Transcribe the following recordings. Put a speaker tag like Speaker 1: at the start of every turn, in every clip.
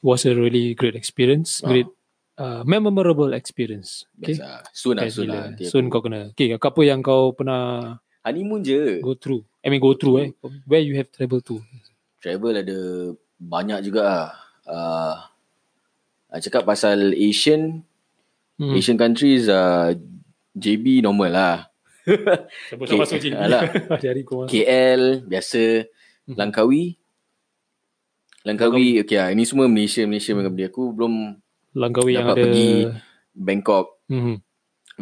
Speaker 1: was a really great experience,
Speaker 2: Ah.
Speaker 1: great uh, memorable experience. Okay.
Speaker 2: Biasa. Soon lah, soon lah.
Speaker 1: Alhamdulillah.
Speaker 2: Nanti
Speaker 1: Soon
Speaker 2: aku-
Speaker 1: kau kena. Okay, apa yang kau pernah
Speaker 2: Honeymoon je.
Speaker 1: go through? I mean go through eh. Where you have travel to?
Speaker 2: Travel ada banyak juga lah. Uh, cakap pasal Asian,
Speaker 1: Hmm.
Speaker 2: Asian countries, uh, JB normal lah.
Speaker 1: Siapa
Speaker 2: K-
Speaker 1: masuk sini?
Speaker 2: Alah.
Speaker 1: Hari kau.
Speaker 2: KL, biasa.
Speaker 1: Mhm.
Speaker 2: Langkawi. Langkawi, okay lah. Ini semua Malaysia, Malaysia dengan benda. Aku belum
Speaker 1: Langkawi yang
Speaker 2: Dapat
Speaker 1: ada.
Speaker 2: pergi. Bangkok,
Speaker 1: Mhm.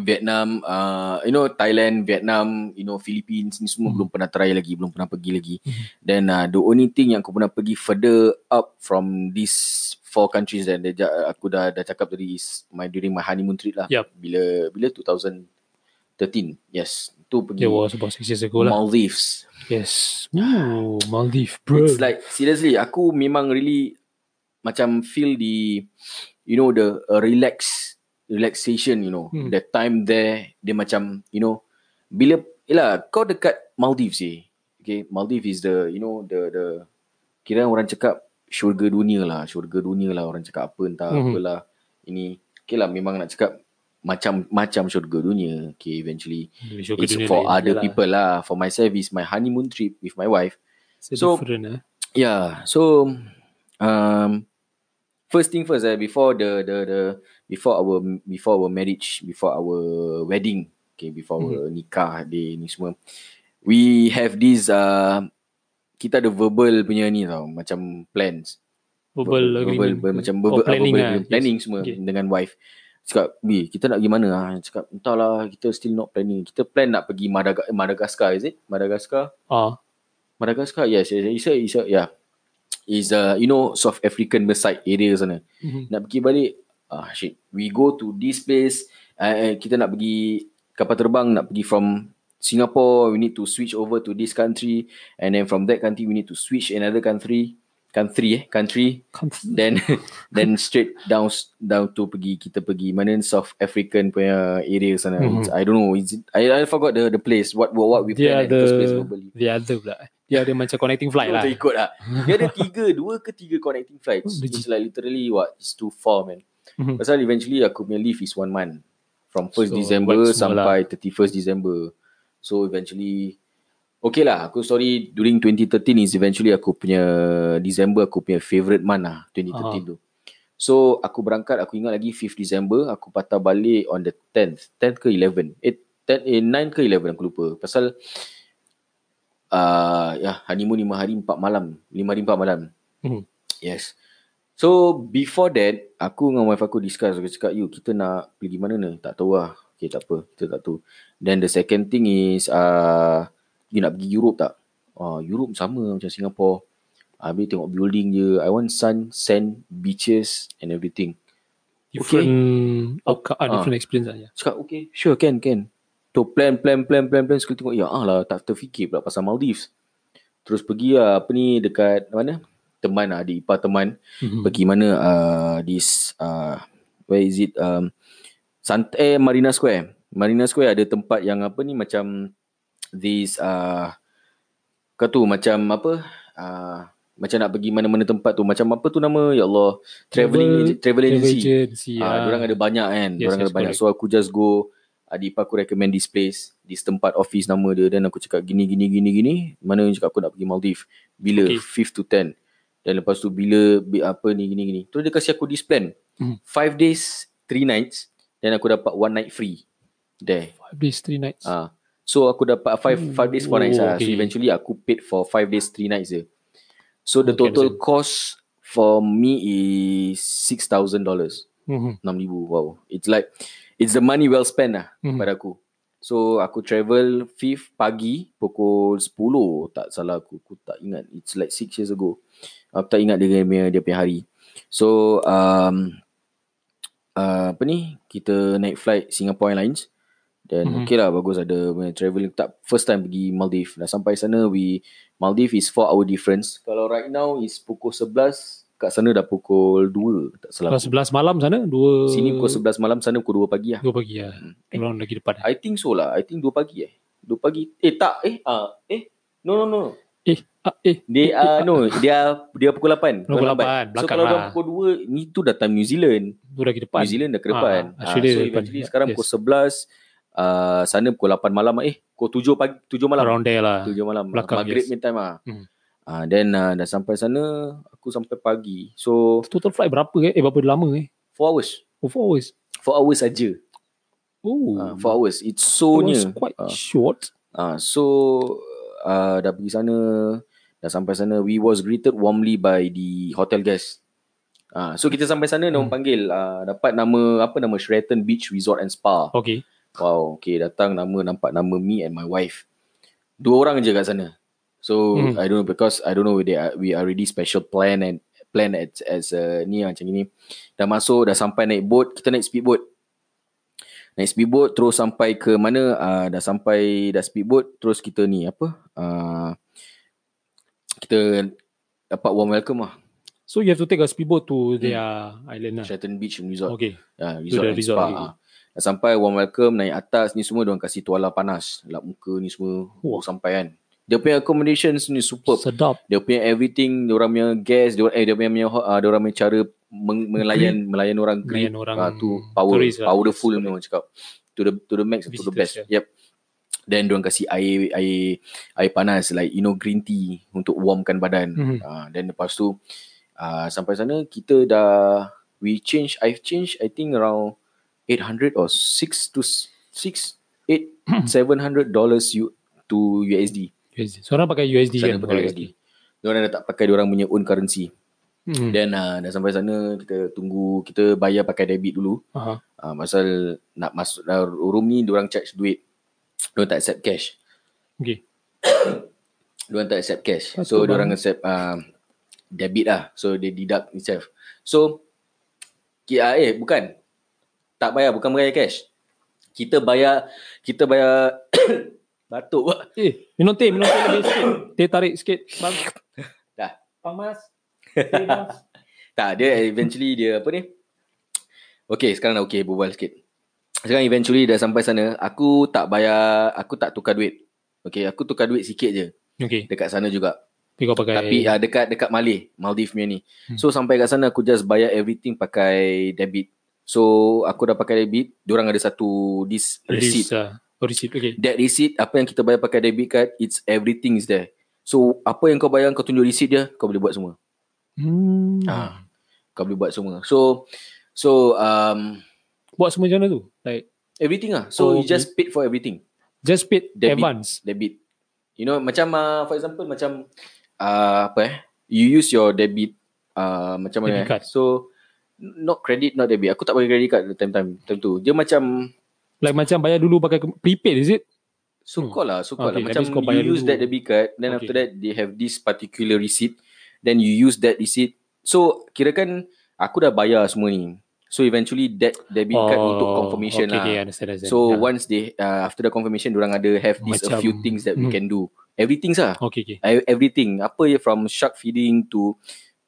Speaker 2: Vietnam, uh, you know Thailand, Vietnam, you know Philippines ni semua
Speaker 1: Hmm.
Speaker 2: belum pernah try lagi, belum pernah pergi lagi.
Speaker 1: Hmm.
Speaker 2: Then uh, the only thing yang aku pernah pergi further up from these four countries dan dia, ja- aku dah dah cakap tadi is my during my honeymoon trip lah.
Speaker 1: Yup.
Speaker 2: Bila bila 2013. Yes, tu pergi
Speaker 1: It was about six years ago lah.
Speaker 2: Hmm. Maldives.
Speaker 1: Yes. Ooh, Maldives, bro.
Speaker 2: It's like seriously aku memang really macam feel the you know the uh, relax relaxation you know
Speaker 1: Hmm.
Speaker 2: the time there dia macam you know bila yalah kau dekat Maldives eh okay Maldives is the you know the the kira orang cakap syurga dunia lah syurga dunia lah orang cakap apa entah
Speaker 1: Mhm.
Speaker 2: apalah ini okay lah memang nak cakap macam macam syurga dunia okay eventually
Speaker 1: Malaysia ke
Speaker 2: it's
Speaker 1: dunia
Speaker 2: for
Speaker 1: lain
Speaker 2: other
Speaker 1: lah.
Speaker 2: people lah for myself is my honeymoon trip with my wife
Speaker 1: It's a
Speaker 2: So-
Speaker 1: different eh.
Speaker 2: Yeah. Ya, So, um, first thing first, eh, before the the the before our before our marriage, before our wedding, okay, before
Speaker 1: Mm-hmm.
Speaker 2: our nikah day ni semua, we have this uh, kita ada verbal punya ni tau, macam plans.
Speaker 1: Verbal
Speaker 2: verbal,
Speaker 1: agreement.
Speaker 2: verbal macam
Speaker 1: Or
Speaker 2: verbal, ah, verbal
Speaker 1: planning lah.
Speaker 2: agreement, planning semua
Speaker 1: Okay.
Speaker 2: dengan wife. Cakap, "Bi, kita nak pergi mana?" Ah, cakap, "Entahlah, kita still not planning. Kita plan nak pergi Madaga- Madagascar, is it? Madagascar?"
Speaker 1: Ah,
Speaker 2: Madagascar, yes, yes, yes, yes, yes, yeah. Is uh, ya. you know South African beside area sana.
Speaker 1: Mhm.
Speaker 2: Nak pergi balik, ah shit. We go to this place. Uh, kita nak pergi kapal terbang, nak pergi from Singapore. We need to switch over to this country, and then from that country we need to switch another country, country eh, country. Then then straight down down to pergi kita pergi mana South African punya area sana.
Speaker 1: Mhm.
Speaker 2: It's- I don't know. Is it, I I forgot the the place. What what, what we
Speaker 1: Dia
Speaker 2: planned at
Speaker 1: ada
Speaker 2: first place globally.
Speaker 1: Dia ada pula Dia ada macam connecting flight
Speaker 2: Kau
Speaker 1: lah
Speaker 2: Tak ikut lah. Dia ada tiga, dua ke tiga connecting flights.
Speaker 1: Oh, legit.
Speaker 2: It's like literally what? It's too far man.
Speaker 1: Mhm.
Speaker 2: Pasal eventually aku punya leave is one month. From 1st
Speaker 1: So, lah.
Speaker 2: December
Speaker 1: buat semua
Speaker 2: sampai 31st December. So eventually, okay lah aku sorry during 2013 is eventually aku punya December aku punya favourite month lah 2013 tu. So aku berangkat aku ingat lagi 5th December aku patah balik on the 10th 10th ke 11 eh, 10, eh 9 ke 11 aku lupa pasal uh, ya honeymoon 5 hari 4 malam 5 hari 4 malam
Speaker 1: Mhm.
Speaker 2: yes so before that aku dengan wife aku discuss aku cakap you kita nak pergi mana ni tak tahu lah okay tak apa kita tak tahu then the second thing is uh, you nak pergi Europe tak uh, Europe sama macam Singapore Habis tengok building je. I want sun, sand, beaches and everything.
Speaker 1: Different outcome, ah, Different experience lah yeah.
Speaker 2: Cakap okay, sure can, can. Tu plan, plan, plan, plan, plan. Sekali tengok, ya ah lah tak terfikir pula pasal Maldives. Terus pergi lah, apa ni dekat mana? Teman lah, adik ipar teman.
Speaker 1: Mhm.
Speaker 2: Pergi mana uh, this, uh, where is it? Um, Sant eh, Marina Square. Marina Square ada tempat yang apa ni macam this, uh, kau tu macam apa? Uh, macam nak pergi mana-mana tempat tu. Macam apa tu nama? Ya Allah. Traveling, travel, travel
Speaker 1: Travel
Speaker 2: agency.
Speaker 1: agency
Speaker 2: Ah,
Speaker 1: ah.
Speaker 2: yeah. orang ada banyak kan. Yes, orang
Speaker 1: Yes, yes,
Speaker 2: ada banyak.
Speaker 1: correct.
Speaker 2: So aku just go adik ipar aku recommend this place, this tempat office nama dia dan aku cakap gini gini gini gini, mana yang cakap aku nak pergi Maldives. Bila
Speaker 1: Okay.
Speaker 2: 5 to 10. Dan lepas tu bila bi- apa ni gini gini. Terus dia kasi aku this plan.
Speaker 1: Mhm.
Speaker 2: 5 days, 3 nights dan aku dapat one night free. There.
Speaker 1: Five days three nights
Speaker 2: Ah. So aku dapat 5 5 days 4 nights
Speaker 1: Oh,
Speaker 2: lah. So
Speaker 1: okay.
Speaker 2: eventually aku paid for 5 days 3 nights je. So the
Speaker 1: Okay,
Speaker 2: total
Speaker 1: understand.
Speaker 2: cost for me is $6,000.
Speaker 1: Mhm.
Speaker 2: 6,000 wow it's like it's the money well spent lah
Speaker 1: Mhm.
Speaker 2: pada aku so aku travel 5th pagi pukul 10 tak salah aku aku tak ingat it's like 6 years ago aku tak ingat dia punya dia punya hari so um uh, apa ni kita naik flight Singapore Airlines dan
Speaker 1: Mhm.
Speaker 2: mm-hmm. okay lah bagus ada punya travelling tak first time pergi Maldives dah sampai sana we Maldives is 4 hour difference kalau right now is pukul 11 kat sana dah pukul 2 tak salah.
Speaker 1: Kalau 11 malam sana, 2
Speaker 2: Sini pukul 11 malam, sana pukul 2 pagi lah.
Speaker 1: 2 pagi lah.
Speaker 2: Eh,
Speaker 1: Orang lagi depan.
Speaker 2: I think so lah. I think 2 pagi eh. 2 pagi. Eh tak. Eh. ah eh. No no no.
Speaker 1: Eh, ah, eh.
Speaker 2: They are no. They are dia pukul 8.
Speaker 1: Pukul
Speaker 2: lambat. So
Speaker 1: 8. Belakang
Speaker 2: kalau dah
Speaker 1: lah.
Speaker 2: pukul 2 ni tu dah time New Zealand.
Speaker 1: Tu lagi depan.
Speaker 2: New Zealand dah ke depan.
Speaker 1: Ah,
Speaker 2: Ah,
Speaker 1: Australia
Speaker 2: so
Speaker 1: depan.
Speaker 2: eventually sekarang
Speaker 1: Yes.
Speaker 2: pukul 11 uh, sana pukul 8 malam ah. eh pukul 7 pagi 7 malam.
Speaker 1: Around there lah.
Speaker 2: 7 malam.
Speaker 1: Belakang,
Speaker 2: Maghrib
Speaker 1: yes.
Speaker 2: punya time ah.
Speaker 1: Hmm.
Speaker 2: Ah then ah, dah sampai sana aku sampai pagi. So
Speaker 1: Total flight berapa eh? Eh, berapa lama eh?
Speaker 2: 4 hours.
Speaker 1: Oh, 4 hours.
Speaker 2: 4 hours saja.
Speaker 1: Oh.
Speaker 2: Ah 4 hours. It's
Speaker 1: That
Speaker 2: so
Speaker 1: was
Speaker 2: near.
Speaker 1: quite
Speaker 2: Ah.
Speaker 1: short.
Speaker 2: Ah, so uh, dah pergi sana, dah sampai sana. We was greeted warmly by the hotel guest. Ah, so kita sampai sana, dia orang
Speaker 1: Hmm.
Speaker 2: panggil ah, dapat nama apa nama Sheraton Beach Resort and Spa.
Speaker 1: Okay.
Speaker 2: Wow, okay datang nama nampak nama me and my wife. Dua orang je kat sana. So
Speaker 1: Hmm.
Speaker 2: I don't know because I don't know whether are- we already special plan and plan as as uh, ni lah, macam ni. Dah masuk, dah sampai naik boat, kita naik speedboat. Naik speedboat terus sampai ke mana? Uh, dah sampai dah speedboat terus kita ni apa? Uh, kita dapat warm welcome lah
Speaker 1: So you have to take a speedboat
Speaker 2: Hmm.
Speaker 1: to their island lah.
Speaker 2: Sheraton Beach Resort.
Speaker 1: Okay.
Speaker 2: Ah,
Speaker 1: Tu
Speaker 2: resort
Speaker 1: dah
Speaker 2: and
Speaker 1: resort
Speaker 2: spa.
Speaker 1: lagi.
Speaker 2: ah. Dah sampai warm welcome naik atas ni semua diorang kasih tuala panas, lap muka ni semua oh.
Speaker 1: Wah.
Speaker 2: sampai kan. Dia punya accommodations ni superb.
Speaker 1: Sedap.
Speaker 2: Dia punya everything, diorang punya gas, diorang eh dia punya punya uh, diorang punya cara meng- melayan melayan orang
Speaker 1: Melayan
Speaker 2: greet.
Speaker 1: orang
Speaker 2: Ah, tu power
Speaker 1: tourist lah.
Speaker 2: powerful memang orang cakap. To the to the max to the
Speaker 1: Visitors,
Speaker 2: best. Yep. Then diorang kasih air air air panas like you know green tea untuk warmkan badan.
Speaker 1: Mhm.
Speaker 2: Ah, then lepas tu ah, sampai sana kita dah we change I've changed I think around 800 or 6 to 6 8
Speaker 1: Hmm.
Speaker 2: 700 dollars U, to USD.
Speaker 1: USD. So orang pakai USD
Speaker 2: Sana
Speaker 1: kan?
Speaker 2: pakai USD. Diorang dah tak pakai diorang punya own currency.
Speaker 1: Hmm.
Speaker 2: Then ah, dah sampai sana kita tunggu kita bayar pakai debit dulu.
Speaker 1: Aha.
Speaker 2: Ah pasal nak masuk uh, room ni diorang charge duit. Diorang tak accept cash.
Speaker 1: Okay.
Speaker 2: Diorang tak accept cash.
Speaker 1: Patut
Speaker 2: so
Speaker 1: bang.
Speaker 2: diorang accept uh, debit lah. So they deduct itself. So kita eh bukan tak bayar bukan bayar cash. Kita bayar kita bayar batuk pula.
Speaker 1: Eh, minum teh, minum teh lebih sikit. Teh tarik sikit. Bang.
Speaker 2: Dah.
Speaker 1: Pamas. Teh mas.
Speaker 2: Tak dia eventually dia apa ni? Okay sekarang dah okay berbual sikit. Sekarang eventually dah sampai sana. Aku tak bayar, aku tak tukar duit. Okay, aku tukar duit sikit je
Speaker 1: Okay.
Speaker 2: dekat sana juga.
Speaker 1: Tapi kau pakai.
Speaker 2: Tapi uh, dekat dekat Malay, Maldives punya ni.
Speaker 1: Hmm.
Speaker 2: So sampai kat sana aku just bayar everything pakai debit. So aku dah pakai debit, diorang ada satu this
Speaker 1: receipt.
Speaker 2: receipt.
Speaker 1: Lah. Oh, receipt. Okay.
Speaker 2: That receipt apa yang kita bayar pakai debit card, it's everything is there. So apa yang kau bayar kau tunjuk receipt dia, kau boleh buat semua.
Speaker 1: Hmm.
Speaker 2: Ah. Kau boleh buat semua. So so um
Speaker 1: Buat semua macam mana tu? Like,
Speaker 2: everything ah. So you
Speaker 1: Oh,
Speaker 2: just paid for everything.
Speaker 1: just paid
Speaker 2: Debit.
Speaker 1: advance.
Speaker 2: Debit. You know macam uh, for example macam uh, apa eh you use your debit uh, macam mana
Speaker 1: Debit
Speaker 2: eh?
Speaker 1: card.
Speaker 2: so not credit not debit aku tak pakai credit card time time time tu dia macam
Speaker 1: Like macam bayar dulu pakai ke- prepaid is it?
Speaker 2: so
Speaker 1: Hmm.
Speaker 2: call lah so call
Speaker 1: Okay,
Speaker 2: lah
Speaker 1: that
Speaker 2: macam
Speaker 1: means kau
Speaker 2: you
Speaker 1: bayar
Speaker 2: use
Speaker 1: dulu.
Speaker 2: that debit card then
Speaker 1: Okay.
Speaker 2: after that they have this particular receipt then you use that receipt so kirakan aku dah bayar semua ni so eventually that debit card untuk confirmation
Speaker 1: Oh, okay,
Speaker 2: lah
Speaker 1: Okay, understand, understand.
Speaker 2: so
Speaker 1: Ah.
Speaker 2: once they uh, after the confirmation orang ada have this a
Speaker 1: Macam-
Speaker 2: few things that we
Speaker 1: Hmm.
Speaker 2: can do everything lah
Speaker 1: Okay, okay.
Speaker 2: I- everything apa ya from shark feeding to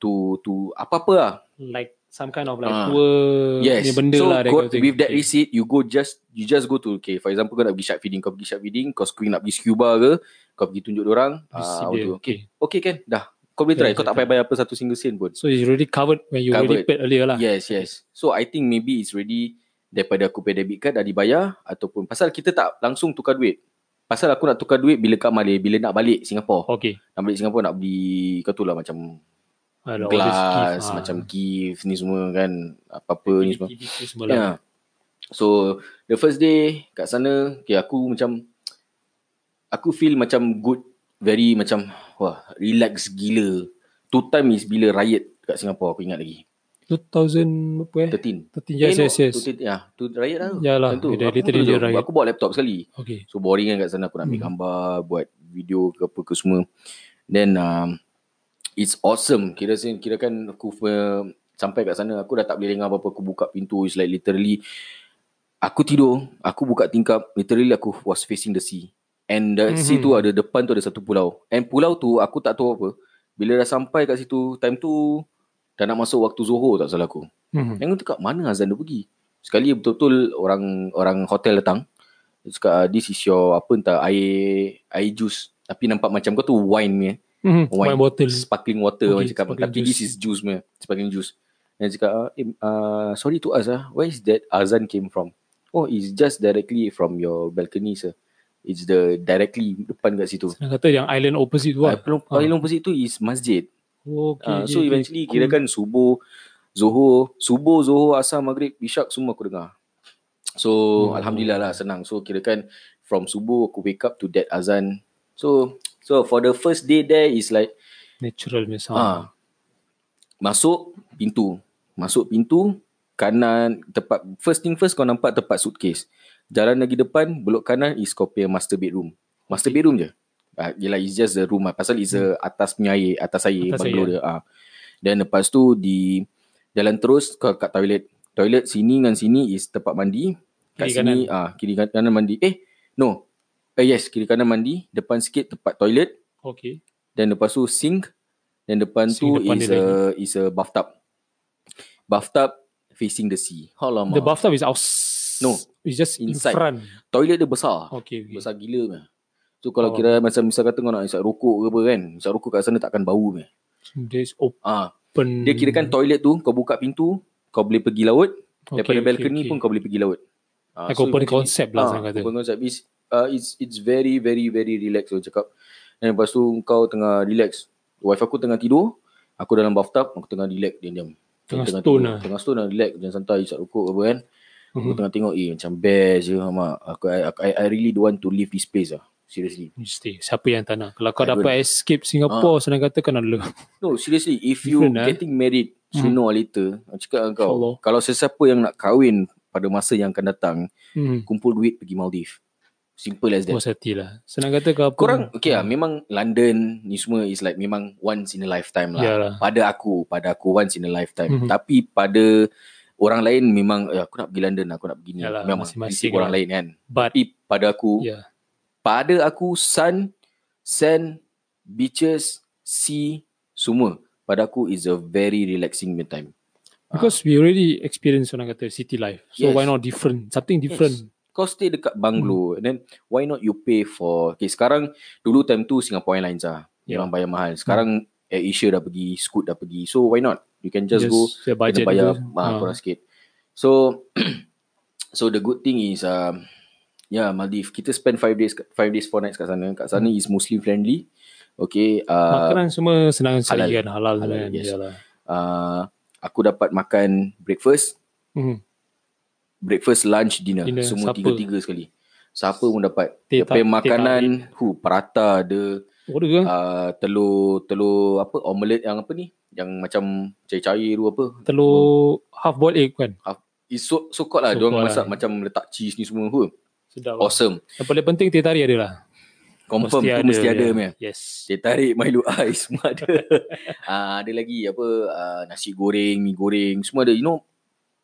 Speaker 2: to to apa-apa lah.
Speaker 1: Like some kind of like
Speaker 2: Ah.
Speaker 1: tour
Speaker 2: Yes.
Speaker 1: punya benda
Speaker 2: so
Speaker 1: lah.
Speaker 2: go, with that
Speaker 1: okay.
Speaker 2: receipt you go just you just go to okay for example kau nak pergi shark feeding kau pergi shark feeding kau screen nak pergi scuba ke kau pergi tunjuk dia orang
Speaker 1: Receipt
Speaker 2: ah
Speaker 1: dia.
Speaker 2: uh, okay.
Speaker 1: Okay.
Speaker 2: okay kan dah kau boleh try
Speaker 1: Okay,
Speaker 2: kau tak
Speaker 1: okay.
Speaker 2: payah bayar apa satu single sen pun.
Speaker 1: So it's already covered when you already
Speaker 2: Covered.
Speaker 1: paid earlier lah.
Speaker 2: Yes, yes. So I think maybe it's ready daripada aku pay debit card dah dibayar ataupun pasal kita tak langsung tukar duit. Pasal aku nak tukar duit bila kat Malay, bila nak balik Singapore.
Speaker 1: Okay.
Speaker 2: Nak balik Singapore nak beli kau tu lah macam
Speaker 1: Alah, all this
Speaker 2: glass
Speaker 1: gift, ah.
Speaker 2: macam gift ni semua kan apa-apa ni semua.
Speaker 1: Activity semua
Speaker 2: Ya.
Speaker 1: lah.
Speaker 2: Yeah. So the first day kat sana okay, aku macam aku feel macam good very macam wah relax gila. Two time is bila riot kat Singapore aku ingat lagi.
Speaker 1: 2000 apa eh?
Speaker 2: 13.
Speaker 1: 13 yes
Speaker 2: no,
Speaker 1: yes yes.
Speaker 2: Two, ya, tu riot lah. tu.
Speaker 1: Yalah,
Speaker 2: Time tu. Aku,
Speaker 1: dia
Speaker 2: pun
Speaker 1: literally
Speaker 2: tu,
Speaker 1: dia riot.
Speaker 2: aku bawa laptop sekali.
Speaker 1: Okay.
Speaker 2: So boring kan kat sana aku nak ambil
Speaker 1: Hmm.
Speaker 2: gambar, buat video ke apa ke semua. Then um, it's awesome. Kira kira kan aku uh, sampai kat sana aku dah tak boleh dengar apa-apa aku buka pintu it's like literally aku tidur, aku buka tingkap, literally aku was facing the sea. And the sea
Speaker 1: Mhm.
Speaker 2: tu ada depan tu ada satu pulau. And pulau tu aku tak tahu apa. Bila dah sampai kat situ time tu Dah nak masuk waktu Zuhur tak salah aku.
Speaker 1: Mhm.
Speaker 2: Yang tu kat mana azan dia pergi? Sekali betul-betul orang orang hotel datang. Dia cakap, "Ah, this is your apa entah air air jus. Tapi nampak macam kau tu wine punya.
Speaker 1: Mhm.
Speaker 2: Wine.
Speaker 1: Wine bottle.
Speaker 2: Sparkling water okay,
Speaker 1: Okay,
Speaker 2: orang cakap.
Speaker 1: sparkling
Speaker 2: Tapi
Speaker 1: juice.
Speaker 2: this is juice punya. Sparkling juice. Dan dia cakap, "Ah, eh, ah, sorry to us ah. Where is that azan came from? Oh, it's just directly from your balcony sir. It's the directly depan kat situ.
Speaker 1: Senang kata yang island opposite tu
Speaker 2: Ah,
Speaker 1: lah.
Speaker 2: Pelong- Paling opposite tu is masjid.
Speaker 1: Okay.
Speaker 2: Ah,
Speaker 1: okay,
Speaker 2: so
Speaker 1: okay.
Speaker 2: eventually
Speaker 1: Cool.
Speaker 2: kira kan subuh, zuhur, subuh, zuhur, asar, maghrib, isyak semua aku dengar. So
Speaker 1: Oh.
Speaker 2: alhamdulillah lah senang. So kira kan from subuh aku wake up to that azan. So so for the first day there is like
Speaker 1: Natural punya sound.
Speaker 2: ah masuk pintu. Masuk pintu kanan tempat first thing first kau nampak tempat suitcase. Jalan lagi depan belok kanan is kau punya master bedroom. Master bedroom je. Ah, yelah it's just the room lah. Pasal it's the atas punya air, atas air
Speaker 1: Hmm. Atas
Speaker 2: bungalow
Speaker 1: air. ya.
Speaker 2: dia. Ah. Then lepas tu di jalan terus ke kat toilet. Toilet sini dengan sini is tempat mandi. Kat
Speaker 1: Kiri
Speaker 2: sini ah kiri kan- kanan mandi. Eh no. Eh yes, kiri kanan mandi, depan sikit tempat toilet,
Speaker 1: Okay.
Speaker 2: then lepas tu sink, then depan
Speaker 1: Sink
Speaker 2: tu
Speaker 1: depan
Speaker 2: is
Speaker 1: dia
Speaker 2: a is a bathtub. Bathtub facing the sea. Alamak.
Speaker 1: The bathtub is outside.
Speaker 2: No.
Speaker 1: It's just
Speaker 2: Inside.
Speaker 1: in front.
Speaker 2: toilet dia besar.
Speaker 1: Okay. okay. Oh.
Speaker 2: Besar gila meh. So kalau
Speaker 1: Faham.
Speaker 2: kira macam misal kata kau nak isap rokok ke apa kan, isap rokok kat sana takkan bau meh.
Speaker 1: There's
Speaker 2: Ah,
Speaker 1: open.
Speaker 2: Dia kira kan toilet tu kau buka pintu, kau boleh pergi laut.
Speaker 1: Okay,
Speaker 2: Daripada
Speaker 1: okay,
Speaker 2: balcony
Speaker 1: okay.
Speaker 2: pun kau boleh pergi laut. Ah,
Speaker 1: Like open
Speaker 2: eventually-
Speaker 1: concept lah
Speaker 2: Ah,
Speaker 1: saya kata.
Speaker 2: Open concept is uh, it's it's very very very relax orang cakap. Dan lepas tu kau tengah relax. Wife aku tengah tidur, aku dalam bathtub, aku tengah relax diam-diam.
Speaker 1: Tengah
Speaker 2: Aku
Speaker 1: stone
Speaker 2: tidur,
Speaker 1: lah.
Speaker 2: Tengah stone lah, relax, jangan santai, isap rokok apa kan. Aku
Speaker 1: Mhm.
Speaker 2: tengah tengok, eh macam best je, mak. Aku, I, aku- I, I really don't want to leave this place lah. Seriously.
Speaker 1: You stay. Siapa yang tak nak? Kalau kau
Speaker 2: I
Speaker 1: dapat escape Singapore,
Speaker 2: Ah.
Speaker 1: senang kata kena dulu.
Speaker 2: No, seriously, if you
Speaker 1: Different, eh?
Speaker 2: getting married sooner or later, aku cakap dengan kau,
Speaker 1: InsyaAllah.
Speaker 2: kalau sesiapa yang nak kahwin pada masa yang akan datang,
Speaker 1: Hmm.
Speaker 2: kumpul duit pergi Maldives. Simple as that.
Speaker 1: Puas hati lah. Senang kata kau apa?
Speaker 2: Korang, okay lah, memang London ni semua is like memang once in a lifetime lah.
Speaker 1: Yalah.
Speaker 2: Pada aku, pada aku once in a lifetime.
Speaker 1: Mhm.
Speaker 2: Tapi pada orang lain memang, eh, aku nak pergi London, aku nak pergi ni.
Speaker 1: Yalah,
Speaker 2: memang
Speaker 1: masing-masing
Speaker 2: prinsip orang
Speaker 1: lah.
Speaker 2: lain kan.
Speaker 1: But, ya.
Speaker 2: Tapi pada aku,
Speaker 1: yeah.
Speaker 2: pada aku sun, sand, beaches, sea, semua. Pada aku is a very relaxing me time.
Speaker 1: Because we already experience orang kata city life. So
Speaker 2: Yes.
Speaker 1: why not different? Something different.
Speaker 2: kau stay dekat bungalow
Speaker 1: Hmm.
Speaker 2: and then why not you pay for okay sekarang dulu time tu Singapore Airlines lah
Speaker 1: Yeah. Hmm.
Speaker 2: memang bayar mahal sekarang Air Asia dah pergi Scoot dah pergi so why not you can just, go
Speaker 1: the
Speaker 2: kena
Speaker 1: budget
Speaker 2: bayar
Speaker 1: dulu.
Speaker 2: ah,
Speaker 1: Ah.
Speaker 2: korang sikit so so the good thing is um, yeah Maldives kita spend 5 days 5 days 4 nights kat sana kat sana is Muslim friendly okay uh,
Speaker 1: Hmm. Makanan semua senang
Speaker 2: halal.
Speaker 1: cari kan. Halal,
Speaker 2: Halal,
Speaker 1: kan.
Speaker 2: yes.
Speaker 1: Yalah.
Speaker 2: uh, aku dapat makan breakfast
Speaker 1: Mhm.
Speaker 2: breakfast, lunch, dinner.
Speaker 1: Dinner,
Speaker 2: Semua
Speaker 1: supper.
Speaker 2: tiga-tiga sekali. Siapa pun dapat. Dia punya
Speaker 1: Teh tarik, Oh, kan teh
Speaker 2: makanan, hu, prata ada,
Speaker 1: Order ke?
Speaker 2: uh, telur, telur apa, omelette yang apa ni? Yang macam cair-cair tu apa.
Speaker 1: Telur half boiled egg kan?
Speaker 2: It's so, so called lah.
Speaker 1: So
Speaker 2: Diorang
Speaker 1: called
Speaker 2: masak
Speaker 1: lah.
Speaker 2: macam letak cheese ni semua. Hu,
Speaker 1: Sedap lah.
Speaker 2: awesome.
Speaker 1: Yang paling penting teh tarik ada lah.
Speaker 2: Confirm tu mesti ada.
Speaker 1: ya.
Speaker 2: Yeah.
Speaker 1: Yes.
Speaker 2: Teh tarik, Milo Ais semua ada. uh, ada lagi apa, uh, nasi goreng, mi goreng, semua ada. You know,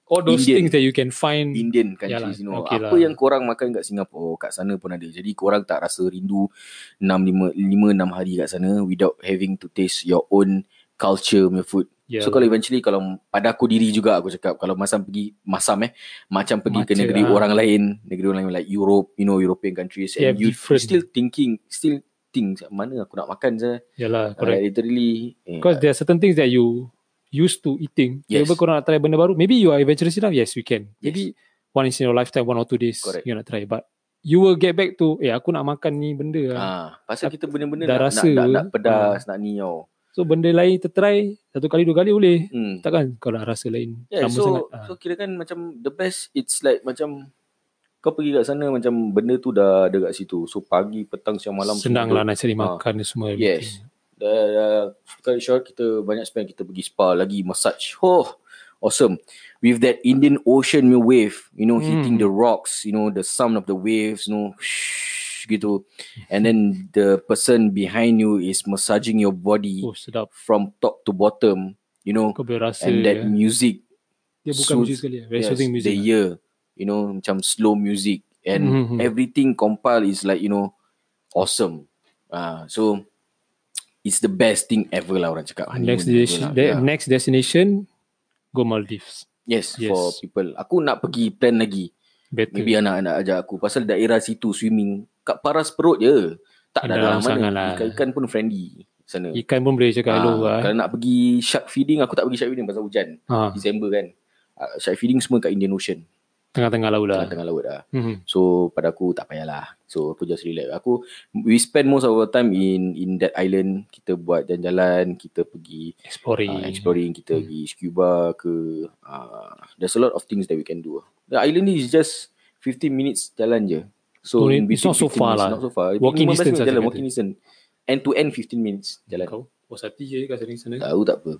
Speaker 1: All those
Speaker 2: Indian.
Speaker 1: things that you can find.
Speaker 2: Indian countries
Speaker 1: Yalah,
Speaker 2: you know
Speaker 1: okay
Speaker 2: apa
Speaker 1: lah.
Speaker 2: yang korang makan kat Singapore kat sana pun ada jadi korang tak rasa rindu 6 5 5 6 hari kat sana without having to taste your own culture punya food
Speaker 1: Yeah.
Speaker 2: so kalau eventually kalau pada aku diri juga aku cakap kalau masam pergi masam eh macam pergi ke
Speaker 1: Macam,
Speaker 2: negeri
Speaker 1: ah.
Speaker 2: orang lain negeri orang lain like Europe you know European countries
Speaker 1: Yeah,
Speaker 2: and you
Speaker 1: different.
Speaker 2: still thinking still think mana aku nak makan sana
Speaker 1: Yalah, correct.
Speaker 2: like, literally eh,
Speaker 1: Because there are certain things that you used to eating.
Speaker 2: Yes.
Speaker 1: Yes. Tiba-tiba kau nak try benda baru. Maybe you are adventurous enough. Yes, you can.
Speaker 2: Yes.
Speaker 1: Maybe one is in your lifetime, one or two days
Speaker 2: Correct.
Speaker 1: you nak try. But you will get back to, eh aku nak makan ni benda lah.
Speaker 2: ah pasal kita benda-benda
Speaker 1: Dah
Speaker 2: nak,
Speaker 1: rasa. ah.
Speaker 2: nak, nak, nak pedas nak ni tau
Speaker 1: So benda lain tertry, satu kali dua kali boleh.
Speaker 2: hmm
Speaker 1: Takkan kau nak rasa lain
Speaker 2: Yeah,
Speaker 1: lama
Speaker 2: so
Speaker 1: sangat.
Speaker 2: sangat.
Speaker 1: Ah.
Speaker 2: so kira kan macam the best it's like macam kau pergi kat sana macam benda tu dah ada kat situ. So pagi, petang, siang, malam
Speaker 1: Senang lah
Speaker 2: semua
Speaker 1: nak cari
Speaker 2: Ah.
Speaker 1: makan ni semua.
Speaker 2: tu. Yes. Dah, dah kali Syar kita banyak spend kita pergi spa lagi massage. Oh, awesome. With that Indian Ocean punya wave, you know,
Speaker 1: Hmm.
Speaker 2: hitting the rocks, you know, the sound of the waves, you know, shh, gitu. And then the person behind you is massaging your body
Speaker 1: Oh sedap.
Speaker 2: from top to bottom, you know,
Speaker 1: Kau boleh rasa.
Speaker 2: and that
Speaker 1: ya.
Speaker 2: music
Speaker 1: Dia bukan
Speaker 2: sooth-
Speaker 1: music sekali. eh. Very soothing music.
Speaker 2: the year you know macam slow music and
Speaker 1: Mhm.
Speaker 2: everything compile is like you know awesome ah so it's the best thing ever lah orang cakap. Honeymoon
Speaker 1: Ah, Next
Speaker 2: ever
Speaker 1: destination,
Speaker 2: lah.
Speaker 1: de-
Speaker 2: Yeah.
Speaker 1: next destination, go Maldives.
Speaker 2: Yes,
Speaker 1: Yes.
Speaker 2: yes, for people. Aku nak pergi plan lagi.
Speaker 1: Better.
Speaker 2: Maybe anak-anak ajak aku. Pasal daerah situ swimming. Kat paras perut je. Tak ada
Speaker 1: Dalam
Speaker 2: dalam mana.
Speaker 1: sangat lah.
Speaker 2: Ikan-ikan pun friendly. Sana.
Speaker 1: Ikan pun boleh cakap
Speaker 2: uh,
Speaker 1: hello
Speaker 2: Ah,
Speaker 1: lah.
Speaker 2: Kalau nak pergi shark feeding, aku tak pergi shark feeding pasal hujan.
Speaker 1: Ha,
Speaker 2: December kan. Ah, shark feeding semua kat Indian Ocean.
Speaker 1: tengah-tengah laut lah.
Speaker 2: Tengah-tengah laut lah.
Speaker 1: Hmm.
Speaker 2: So pada aku tak payahlah. So aku just relax. Aku we spend most of our time in in that island. Kita buat jalan-jalan, kita pergi uh,
Speaker 1: Exploring.
Speaker 2: exploring,
Speaker 1: Hmm.
Speaker 2: kita pergi scuba ke uh, there's a lot of things that we can do. The island ni is just 15 minutes jalan je. So
Speaker 1: No,
Speaker 2: in
Speaker 1: it's
Speaker 2: between
Speaker 1: not so
Speaker 2: 15
Speaker 1: far
Speaker 2: minutes,
Speaker 1: lah.
Speaker 2: Not so far. I think
Speaker 1: Walking
Speaker 2: 15
Speaker 1: distance
Speaker 2: minutes
Speaker 1: lah
Speaker 2: jalan,
Speaker 1: saya
Speaker 2: walking distance. End to end 15 minutes jalan.
Speaker 1: Kau puas hati je kat sana. sana.
Speaker 2: Tahu tak apa.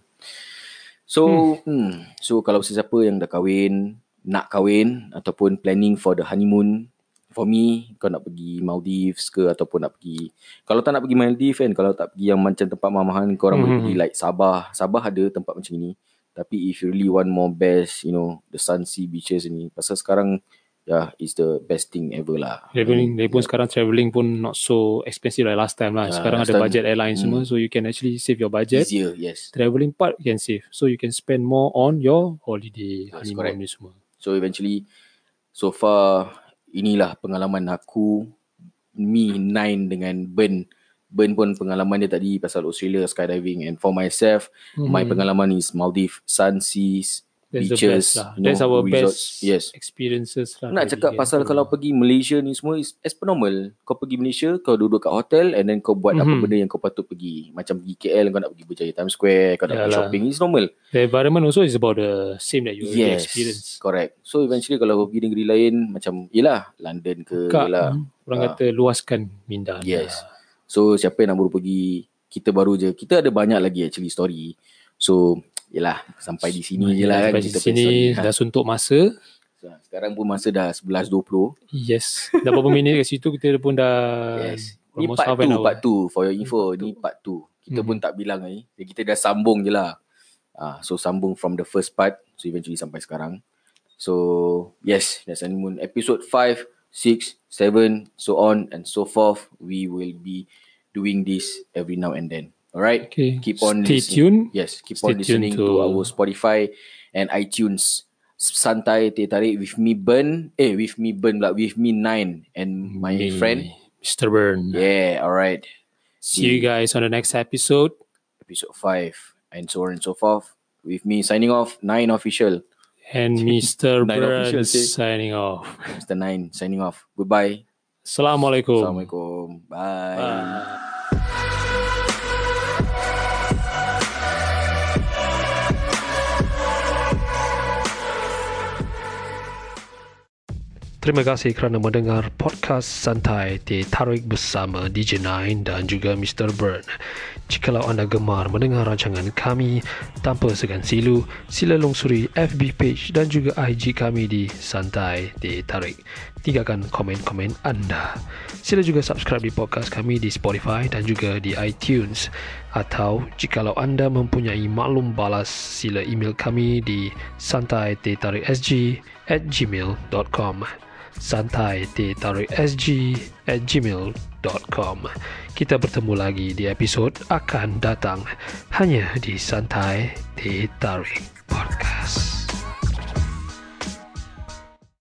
Speaker 2: So, hmm. Hmm, so kalau sesiapa yang dah kahwin, nak kahwin ataupun planning for the honeymoon, for me, kau nak pergi Maldives ke ataupun nak pergi. Kalau tak nak pergi Maldives kan, kalau tak pergi yang macam tempat mamahan, kau orang boleh
Speaker 1: Mhm.
Speaker 2: pergi like Sabah. Sabah ada tempat macam ni. Tapi if you really want more best, you know, the sun, sea, beaches ni. Pasal sekarang, yeah, it's the best thing ever lah.
Speaker 1: Traveling, dia pun sekarang traveling pun not so expensive like last time lah.
Speaker 2: Ah,
Speaker 1: Sekarang
Speaker 2: last
Speaker 1: ada
Speaker 2: time.
Speaker 1: budget airline semua, so you can actually save your budget.
Speaker 2: Easier, yes.
Speaker 1: Traveling part you can save, so you can spend more on your holiday,
Speaker 2: That's
Speaker 1: honeymoon
Speaker 2: correct.
Speaker 1: ni semua.
Speaker 2: So eventually so far inilah pengalaman aku me nine dengan Ben. Ben pun pengalaman dia tadi pasal Australia skydiving and for myself mm-hmm.
Speaker 1: Mhm.
Speaker 2: my pengalaman is Maldives, sun seas,
Speaker 1: That's the
Speaker 2: beaches,
Speaker 1: best lah.
Speaker 2: you know,
Speaker 1: That's our
Speaker 2: resorts.
Speaker 1: best
Speaker 2: Yes.
Speaker 1: experiences lah.
Speaker 2: Nak
Speaker 1: really
Speaker 2: cakap
Speaker 1: kan.
Speaker 2: pasal kalau pergi Malaysia ni semua is as per normal. Kau pergi Malaysia, kau duduk kat hotel and then kau buat mm-hmm. apa
Speaker 1: Mhm.
Speaker 2: benda yang kau patut pergi. Macam pergi KL kau nak pergi Berjaya Times Square, kau nak pergi
Speaker 1: Yalah.
Speaker 2: shopping, it's normal.
Speaker 1: The environment also is about the same that you already experience.
Speaker 2: correct. So eventually kalau kau pergi negeri lain macam yelah London ke
Speaker 1: Kak,
Speaker 2: yelah.
Speaker 1: orang
Speaker 2: Ah.
Speaker 1: kata luaskan minda anda.
Speaker 2: Yes. So siapa yang nak baru pergi kita baru je. Kita ada banyak lagi actually story. So yelah sampai di sini je lah kan
Speaker 1: Sampai
Speaker 2: kita punya
Speaker 1: sini
Speaker 2: story.
Speaker 1: dah suntuk masa.
Speaker 2: Ha, sekarang pun masa dah 11.20.
Speaker 1: Yes. Dah berapa minit kat situ kita pun dah
Speaker 2: yes. Ni
Speaker 1: almost
Speaker 2: part
Speaker 1: half
Speaker 2: 2,
Speaker 1: an hour.
Speaker 2: part 2 for your info.
Speaker 1: Hmm, Part two.
Speaker 2: Ni part 2. Kita
Speaker 1: Mhm.
Speaker 2: pun tak bilang ni. Jadi Kita dah sambung je lah. Ah, so sambung from the first part. So eventually sampai sekarang. So yes, that's honeymoon. Episode 5, 6, 7, so on and so forth. We will be doing this every now and then. Alright?
Speaker 1: Okay.
Speaker 2: Keep on
Speaker 1: Stay
Speaker 2: listening.
Speaker 1: tuned.
Speaker 2: Yes, keep
Speaker 1: Stay
Speaker 2: on listening to...
Speaker 1: tuned to-
Speaker 2: our Spotify and iTunes. Santai Teh Tarik with me Burn. Eh, with me Burn pula. With me Nine and my
Speaker 1: Me,
Speaker 2: friend.
Speaker 1: Mr. Burn.
Speaker 2: Yeah, alright.
Speaker 1: See you guys on the next episode.
Speaker 2: Episode 5 and so on and so forth. With me signing off, Nine Official.
Speaker 1: And Mr.
Speaker 2: Nine
Speaker 1: Burn
Speaker 2: official, see.
Speaker 1: signing off.
Speaker 2: Mr. Nine signing off. Goodbye.
Speaker 1: Assalamualaikum.
Speaker 2: Assalamualaikum. Bye. Bye.
Speaker 1: Bye.
Speaker 3: Terima kasih kerana mendengar podcast santai di Tarik bersama DJ Nine dan juga Mr. Burn. Jikalau anda gemar mendengar rancangan kami tanpa segan silu, sila lungsuri FB page dan juga IG kami di Santai di Tarik. Tinggalkan komen-komen anda. Sila juga subscribe di podcast kami di Spotify dan juga di iTunes. Atau jikalau anda mempunyai maklum balas, sila email kami di santai.tariksg at gmail.com santai sg at gmail.com Kita bertemu lagi di episod akan datang hanya di Santai Teh Tarik.